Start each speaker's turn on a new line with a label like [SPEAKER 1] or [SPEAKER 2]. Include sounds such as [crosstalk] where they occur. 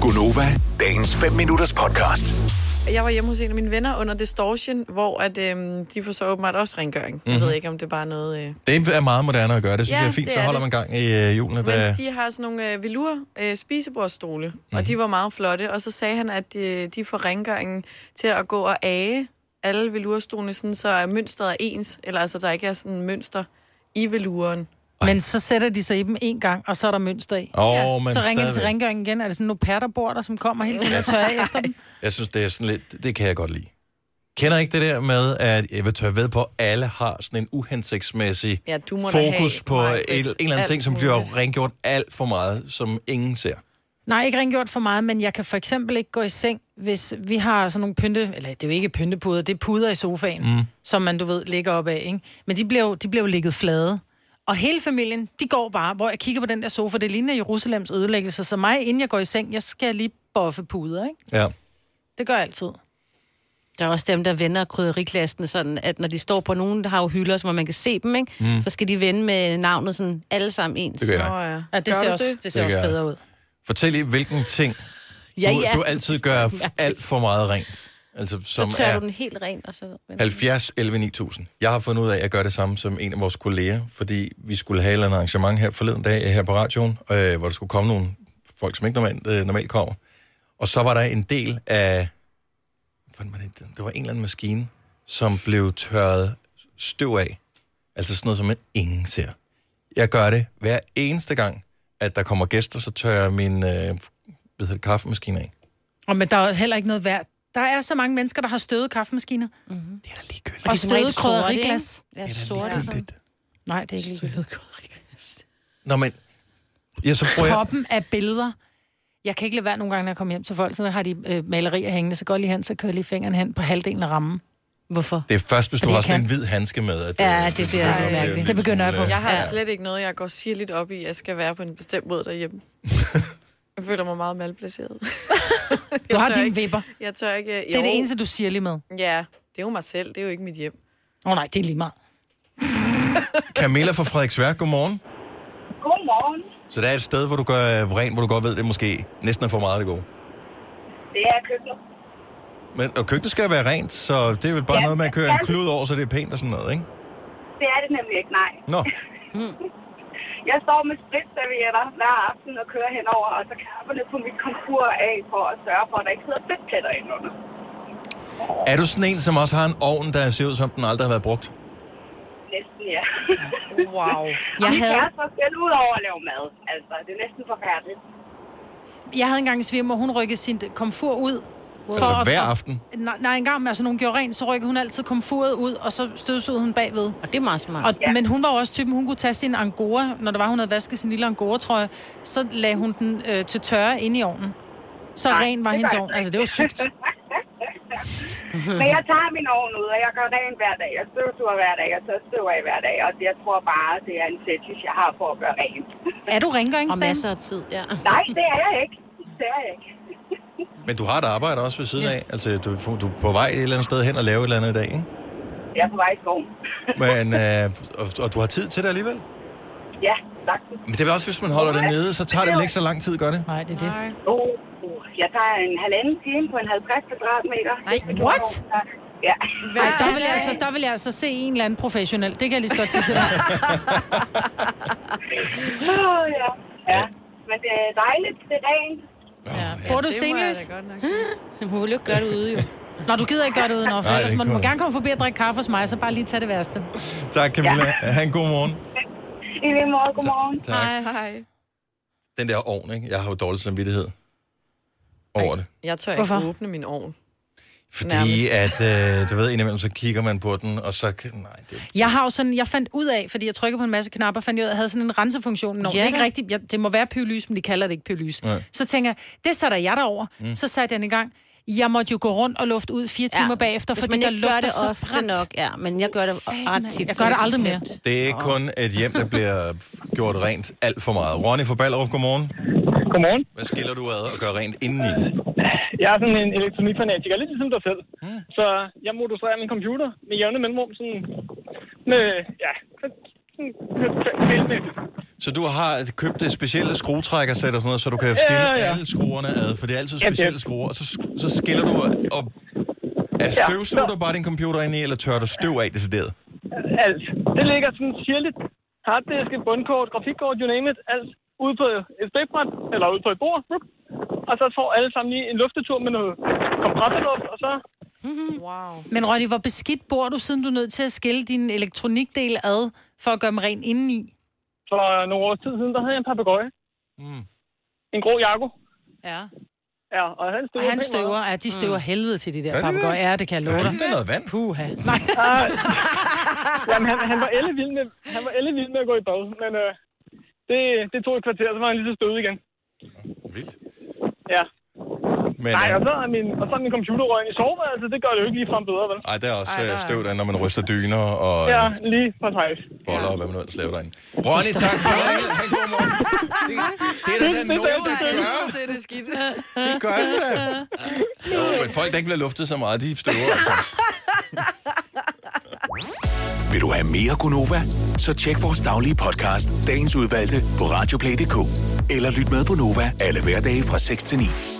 [SPEAKER 1] Gunova, dagens 5 minutters podcast.
[SPEAKER 2] Jeg var hjemme hos en af mine venner under Distortion, hvor at, øhm, de får så åbenbart også rengøring. Mm-hmm.
[SPEAKER 3] Mhm.
[SPEAKER 2] Jeg ved ikke, om det er bare noget... Øh...
[SPEAKER 4] Det er meget moderne at gøre. Det synes
[SPEAKER 2] Ja,
[SPEAKER 4] jeg er fint.
[SPEAKER 2] det
[SPEAKER 4] så
[SPEAKER 2] er
[SPEAKER 4] holder
[SPEAKER 2] det.
[SPEAKER 4] man gang i øh, julene. Der...
[SPEAKER 2] Men de har sådan nogle øh, velur øh, spisebordstole, mm-hmm.
[SPEAKER 3] Mhm.
[SPEAKER 2] og de var meget flotte. Og så sagde han, at øh, de får rengøringen til at gå og age alle velurstolene, sådan, så er mønstret er ens, eller altså der ikke er sådan mønster i veluren.
[SPEAKER 3] Men så sætter de sig i dem en gang, og så er der mønster i.
[SPEAKER 4] Åh,
[SPEAKER 2] Ja,
[SPEAKER 4] men
[SPEAKER 3] så ringer de til
[SPEAKER 4] stadigvæk.
[SPEAKER 3] rengøringen igen. Er det sådan nogle perterborder, der, som kommer hele tiden og tørrer af
[SPEAKER 4] [laughs]
[SPEAKER 3] efter dem?
[SPEAKER 4] Jeg synes, det er sådan lidt... Det kan jeg godt lide. Kender ikke det der med, at jeg vil tør ved på, at alle har sådan en uhensigtsmæssig
[SPEAKER 2] Ja, du må da
[SPEAKER 4] fokus
[SPEAKER 2] have
[SPEAKER 4] på
[SPEAKER 2] meget
[SPEAKER 4] et, en eller anden
[SPEAKER 2] alt
[SPEAKER 4] ting, som bliver
[SPEAKER 2] muligt.
[SPEAKER 4] rengjort alt for meget, som ingen ser.
[SPEAKER 3] Nej, ikke rengjort for meget, men jeg kan for eksempel ikke gå i seng, hvis vi har sådan nogle pynte... Eller det er jo ikke pyntepuder, det er puder i sofaen, mm. som man, du ved, ligger op af, ikke? Men de bliver, jo, de bliver jo ligget flade. Og hele familien, de går bare, hvor jeg kigger på den der sofa, det ligner Jerusalems ødelæggelse. Så mig, inden jeg går i seng, jeg skal lige boffe puder, ikke?
[SPEAKER 4] Ja.
[SPEAKER 3] Det gør jeg altid.
[SPEAKER 5] Der er også dem, der vender krydderiklasten sådan, at når de står på nogen, der har jo hylder, så man kan se dem, ikke? Mm. så skal de vende med navnet sådan alle sammen ens.
[SPEAKER 4] Det gør jeg.
[SPEAKER 2] Nå ja.
[SPEAKER 3] Ja, det
[SPEAKER 2] Gør
[SPEAKER 3] ser
[SPEAKER 2] du
[SPEAKER 3] også, det?
[SPEAKER 2] det?
[SPEAKER 3] Det ser
[SPEAKER 4] Det
[SPEAKER 3] også
[SPEAKER 4] gør jeg.
[SPEAKER 3] bedre ud.
[SPEAKER 4] Fortæl lige, hvilken ting
[SPEAKER 5] ja,
[SPEAKER 4] du,
[SPEAKER 5] ja.
[SPEAKER 4] du altid
[SPEAKER 2] [laughs]
[SPEAKER 4] gør f- alt for meget rent. Altså, som
[SPEAKER 5] så tør
[SPEAKER 4] er...
[SPEAKER 5] du den helt ren, og så... vender du den.
[SPEAKER 4] 70 11 9000. Jeg har fundet ud af, at jeg gør det samme som en af vores kolleger, fordi vi skulle have et eller andet arrangement her forleden dag her på radioen, øh, hvor der skulle komme nogle folk, som ikke normalt, øh, normalt kommer. Og så var der en del af... Hvad fanden var det? Det var en eller anden maskine, som blev tørret støv af. Altså sådan noget, som man ingen ser. Jeg gør det hver eneste gang, at der kommer gæster, så tørrer jeg min øh, hvad hedder det, kaffemaskine af.
[SPEAKER 3] Og men der er også heller ikke noget værd. Der er så mange mennesker, der har støvede kaffemaskiner.
[SPEAKER 4] Det er da ligegyldigt.
[SPEAKER 3] Og
[SPEAKER 5] er som
[SPEAKER 3] støvede
[SPEAKER 5] regel sorte,
[SPEAKER 3] krydderiglas.
[SPEAKER 5] ikke? Ja,
[SPEAKER 4] Det er da
[SPEAKER 5] sorte. og sådan.
[SPEAKER 4] ligegyldigt.
[SPEAKER 3] Nej, det er ikke ligegyldigt.
[SPEAKER 4] Nå, men... Ja, så prøver jeg...
[SPEAKER 3] Toppen af billeder. Jeg kan ikke lade være nogle gange, når jeg kommer hjem til folk, så har de øh, malerier hængende, så går jeg lige hen, så kører jeg lige fingeren hen på halvdelen af rammen.
[SPEAKER 5] Hvorfor?
[SPEAKER 4] Det er først, hvis du
[SPEAKER 3] Fordi
[SPEAKER 4] har
[SPEAKER 3] jeg
[SPEAKER 4] sådan
[SPEAKER 3] kan.
[SPEAKER 4] en hvid handske med. At
[SPEAKER 5] Ja, det bliver
[SPEAKER 4] det-
[SPEAKER 5] lidt
[SPEAKER 4] det-
[SPEAKER 5] mærkeligt.
[SPEAKER 3] Det begynder jeg på.
[SPEAKER 4] øh,
[SPEAKER 2] Jeg har
[SPEAKER 5] Ja.
[SPEAKER 2] slet ikke noget, jeg går sirligt op i, at jeg skal være på en bestemt måde
[SPEAKER 3] [laughs]
[SPEAKER 2] derhjemme. jeg føler mig meget malplaceret.
[SPEAKER 3] Du har
[SPEAKER 2] tør
[SPEAKER 3] dine
[SPEAKER 2] ikke.
[SPEAKER 3] vipper.
[SPEAKER 2] [laughs] Jeg tør ikke... øh, Jo,
[SPEAKER 3] Det er det eneste, du siger lige med. Åh
[SPEAKER 2] Ja, det er jo mig selv. Det er jo ikke mit hjem.
[SPEAKER 3] oh, nej, det er lige meget.
[SPEAKER 4] Camilla fra Frederiksværk, godmorgen.
[SPEAKER 6] Godmorgen.
[SPEAKER 4] Så der er et sted, hvor du gør øh, rent, hvor du godt ved, det måske næsten er for meget, det gode.
[SPEAKER 6] Det er køkkenet.
[SPEAKER 4] Men, og køkkenet skal være rent, så det er vel bare ja,
[SPEAKER 6] Ja,
[SPEAKER 4] noget, man kører
[SPEAKER 6] ja.
[SPEAKER 4] en klud over, så det er pænt og sådan noget, ikke?
[SPEAKER 6] Det er det nemlig ikke, nej.
[SPEAKER 4] Nå,
[SPEAKER 6] Jeg står med spritservietter hver aften og kører henover, og så kapper det på mit komfur af for at sørge for, at der ikke sidder fedtpletter indenunder.
[SPEAKER 4] er du sådan en, som også har en ovn, der ser ud som, den aldrig har været brugt?
[SPEAKER 6] Næsten, ja.
[SPEAKER 2] Wow.
[SPEAKER 3] Jeg
[SPEAKER 6] Mit
[SPEAKER 3] havde,
[SPEAKER 6] kæreste er selv ud over at lave mad. Altså, det er næsten forfærdeligt.
[SPEAKER 3] jeg havde engang en svigermor, hun rykkede sin komfur ud. For
[SPEAKER 4] Altså
[SPEAKER 3] at-
[SPEAKER 4] hver aften?
[SPEAKER 3] Nej, nej, engang, altså nogen gjorde rent, så rykkede hun altid komfuret ud, og så støvsugede hun bagved.
[SPEAKER 5] Og det er meget smart.
[SPEAKER 3] Og, ja. Men hun var jo også typen, hun kunne tage sin angora, når der var, hun havde vasket sin lille angora, tror jeg, så lagde hun den øh, til tørre inde i ovnen. Så Nej, ren var
[SPEAKER 6] det
[SPEAKER 3] hendes
[SPEAKER 6] gør jeg
[SPEAKER 3] ovn.
[SPEAKER 6] ikke.
[SPEAKER 3] Altså, det var sygt.
[SPEAKER 6] Men jeg tager min ovn ud, og jeg gør rent hver dag. Jeg støvsuger hver dag, og så støver jeg hver dag. Og jeg tror bare, det er en fetish, jeg har for at gøre rent.
[SPEAKER 3] Er du
[SPEAKER 5] Og
[SPEAKER 3] rengøringsdame?
[SPEAKER 5] masser af tid,
[SPEAKER 3] [laughs]
[SPEAKER 5] ja.
[SPEAKER 6] Nej, det er jeg ikke. Det er jeg ikke.
[SPEAKER 4] Men du har et arbejde også ved siden af. Altså, du, du er på vej et eller andet sted hen og lave et eller andet i dag, ikke?
[SPEAKER 6] Jeg er på vej i skoven.
[SPEAKER 4] Men, øh, og, og, du har tid til det alligevel?
[SPEAKER 6] Ja, sagtens.
[SPEAKER 4] Men det er også, hvis man holder det nede, så tager det vel ikke så lang tid, gør det?
[SPEAKER 3] Nej, det er det.
[SPEAKER 2] Nej.
[SPEAKER 6] Oh, uh, jeg tager en halvanden time på en 50 kvadratmeter.
[SPEAKER 2] Nej,
[SPEAKER 3] what?
[SPEAKER 6] Ja. [laughs]
[SPEAKER 2] Hver
[SPEAKER 3] Ej, der vil, jeg
[SPEAKER 2] dag.
[SPEAKER 3] altså, der vil jeg altså se en eller anden professionel. Det kan jeg lige så godt sige til dig.
[SPEAKER 6] Oh, ja. ja. Men det er dejligt, det er rent.
[SPEAKER 3] Ja. Bor du i
[SPEAKER 2] Det må jeg
[SPEAKER 3] stenløs?
[SPEAKER 2] da godt nok.
[SPEAKER 5] Hun vil jo ikke gøre det ude, jo.
[SPEAKER 3] Nå, du gider ikke gøre det uden offer.
[SPEAKER 4] Nej,
[SPEAKER 3] Ellers
[SPEAKER 4] det
[SPEAKER 3] må du
[SPEAKER 4] kunne
[SPEAKER 3] må
[SPEAKER 4] jeg.
[SPEAKER 3] gerne komme forbi og drikke kaffe hos mig, så bare lige tage det værste.
[SPEAKER 4] Tak, Camilla. Ha' en god morgen.
[SPEAKER 6] I lige måde, godmorgen.
[SPEAKER 4] Tak.
[SPEAKER 2] Hej.
[SPEAKER 4] den der ovn, ikke? Jeg har jo dårlig samvittighed over det.
[SPEAKER 2] Jeg tør ikke
[SPEAKER 3] Hvorfor?
[SPEAKER 2] åbne min ovn.
[SPEAKER 4] Fordi at, øh, du ved, indimellem så kigger man på den, og så... kan- Nej, det,
[SPEAKER 3] Jeg har jo sådan, jeg fandt ud af, fordi jeg trykkede på en masse knapper, fandt jeg ud af, at jeg havde sådan en rensefunktion. Nå, ja,
[SPEAKER 5] Ja,
[SPEAKER 3] det er ikke
[SPEAKER 5] da.
[SPEAKER 3] rigtigt. Jeg, det må være pyrolyse, men de kalder det ikke pyrolyse.
[SPEAKER 4] Nej.
[SPEAKER 3] Så tænker jeg, det sætter jeg derover. Mm. Så satte jeg den i gang. Jeg måtte jo gå rundt og lufte ud fire timer bagefter,
[SPEAKER 5] Hvis
[SPEAKER 3] fordi
[SPEAKER 5] man
[SPEAKER 3] der
[SPEAKER 5] ikke gør
[SPEAKER 3] lugter
[SPEAKER 5] det
[SPEAKER 3] så
[SPEAKER 5] ofte
[SPEAKER 3] brændt.
[SPEAKER 5] nok, ja. Men jeg gør det ret tit.
[SPEAKER 3] Jeg
[SPEAKER 5] så
[SPEAKER 3] gør det
[SPEAKER 5] er
[SPEAKER 3] aldrig
[SPEAKER 5] så
[SPEAKER 3] mere.
[SPEAKER 5] slemt.
[SPEAKER 4] det er ikke kun et hjem, der bliver gjort rent alt for meget. Ronny fra Ballerup, godmorgen.
[SPEAKER 7] Godmorgen.
[SPEAKER 4] Hvad skiller du ad og gør rent indeni?
[SPEAKER 7] Jeg er sådan en elektronikfanatiker, lidt ligesom dig selv. Mm. Så jeg modulerer min computer med jævne mellemrum, sådan med, ja, filmet.
[SPEAKER 4] Så du har købt det specielle skruetrækkersæt og sådan noget, så du kan skille ja, ja.
[SPEAKER 7] ja.
[SPEAKER 4] alle skruerne ad, for det er altid
[SPEAKER 7] Ja, det-
[SPEAKER 4] specielle skruer, og så, så skiller du, og er støvsuger
[SPEAKER 7] så-
[SPEAKER 4] du bare din computer ind i, eller tørrer du støv af decideret?
[SPEAKER 7] Alt. Det ligger sådan sirligt. Harddisk, et bundkort, grafikkort, you name it. Alt ude på et stikbræt, eller ude på et bord. Vup. Og så får alle sammen lige en luftetur med noget kompressorluft, og så...
[SPEAKER 2] Wow.
[SPEAKER 3] Men Ronny, hvor beskidt bor du, siden du er nødt til at skille dine elektronikdele ad, for at gøre dem ren indeni?
[SPEAKER 7] For nogle års tid siden, der havde jeg en papegøje.
[SPEAKER 4] Mm.
[SPEAKER 7] En grå jakko.
[SPEAKER 3] Ja.
[SPEAKER 7] Ja, og han støver.
[SPEAKER 3] Og han
[SPEAKER 7] pænt
[SPEAKER 3] støver,
[SPEAKER 7] meget.
[SPEAKER 3] ja, de støver
[SPEAKER 5] Mm.
[SPEAKER 3] helvede til de
[SPEAKER 4] Gør de
[SPEAKER 3] der
[SPEAKER 4] det?
[SPEAKER 3] papegøjer. Ja, det kan jeg
[SPEAKER 4] Kan
[SPEAKER 3] love
[SPEAKER 4] du
[SPEAKER 3] dig.
[SPEAKER 4] ikke med noget vand?
[SPEAKER 3] Puha. Nej.
[SPEAKER 7] Ah, Jamen, han, han var ellevild med, han var ellevild med at gå i bad, men øh, det, det tog et kvarter, så var han lige så stød igen.
[SPEAKER 4] Vildt.
[SPEAKER 7] Ja.
[SPEAKER 4] Men,
[SPEAKER 7] Nej,
[SPEAKER 4] øh,
[SPEAKER 7] og så er min, og så er min computer røgen i soveværelset, det gør det jo ikke ligefrem bedre, vel?
[SPEAKER 4] ej, der er også
[SPEAKER 2] Ej,
[SPEAKER 4] øh,
[SPEAKER 2] der er-
[SPEAKER 4] støv der, når man ryster dyner og
[SPEAKER 7] Ja,
[SPEAKER 4] ja.
[SPEAKER 7] lige præcis.
[SPEAKER 4] boller og hvad man nu ellers laver derinde. Ronny, tak for det. God morgen. Det- Det er da
[SPEAKER 7] Det-
[SPEAKER 4] den
[SPEAKER 7] det-
[SPEAKER 4] nogen, der
[SPEAKER 7] det-
[SPEAKER 2] Jeg
[SPEAKER 4] gør.
[SPEAKER 2] er til det skidt.
[SPEAKER 3] [laughs]
[SPEAKER 4] Det gør det da. Jo, men folk, der ikke bliver luftet så meget, de støver. Altså.
[SPEAKER 1] Vil du have mere Gunova? Så tjek vores daglige podcast, dagens udvalgte, på radioplay.dk. Eller lyt med på Nova alle hverdage fra 6 til 9.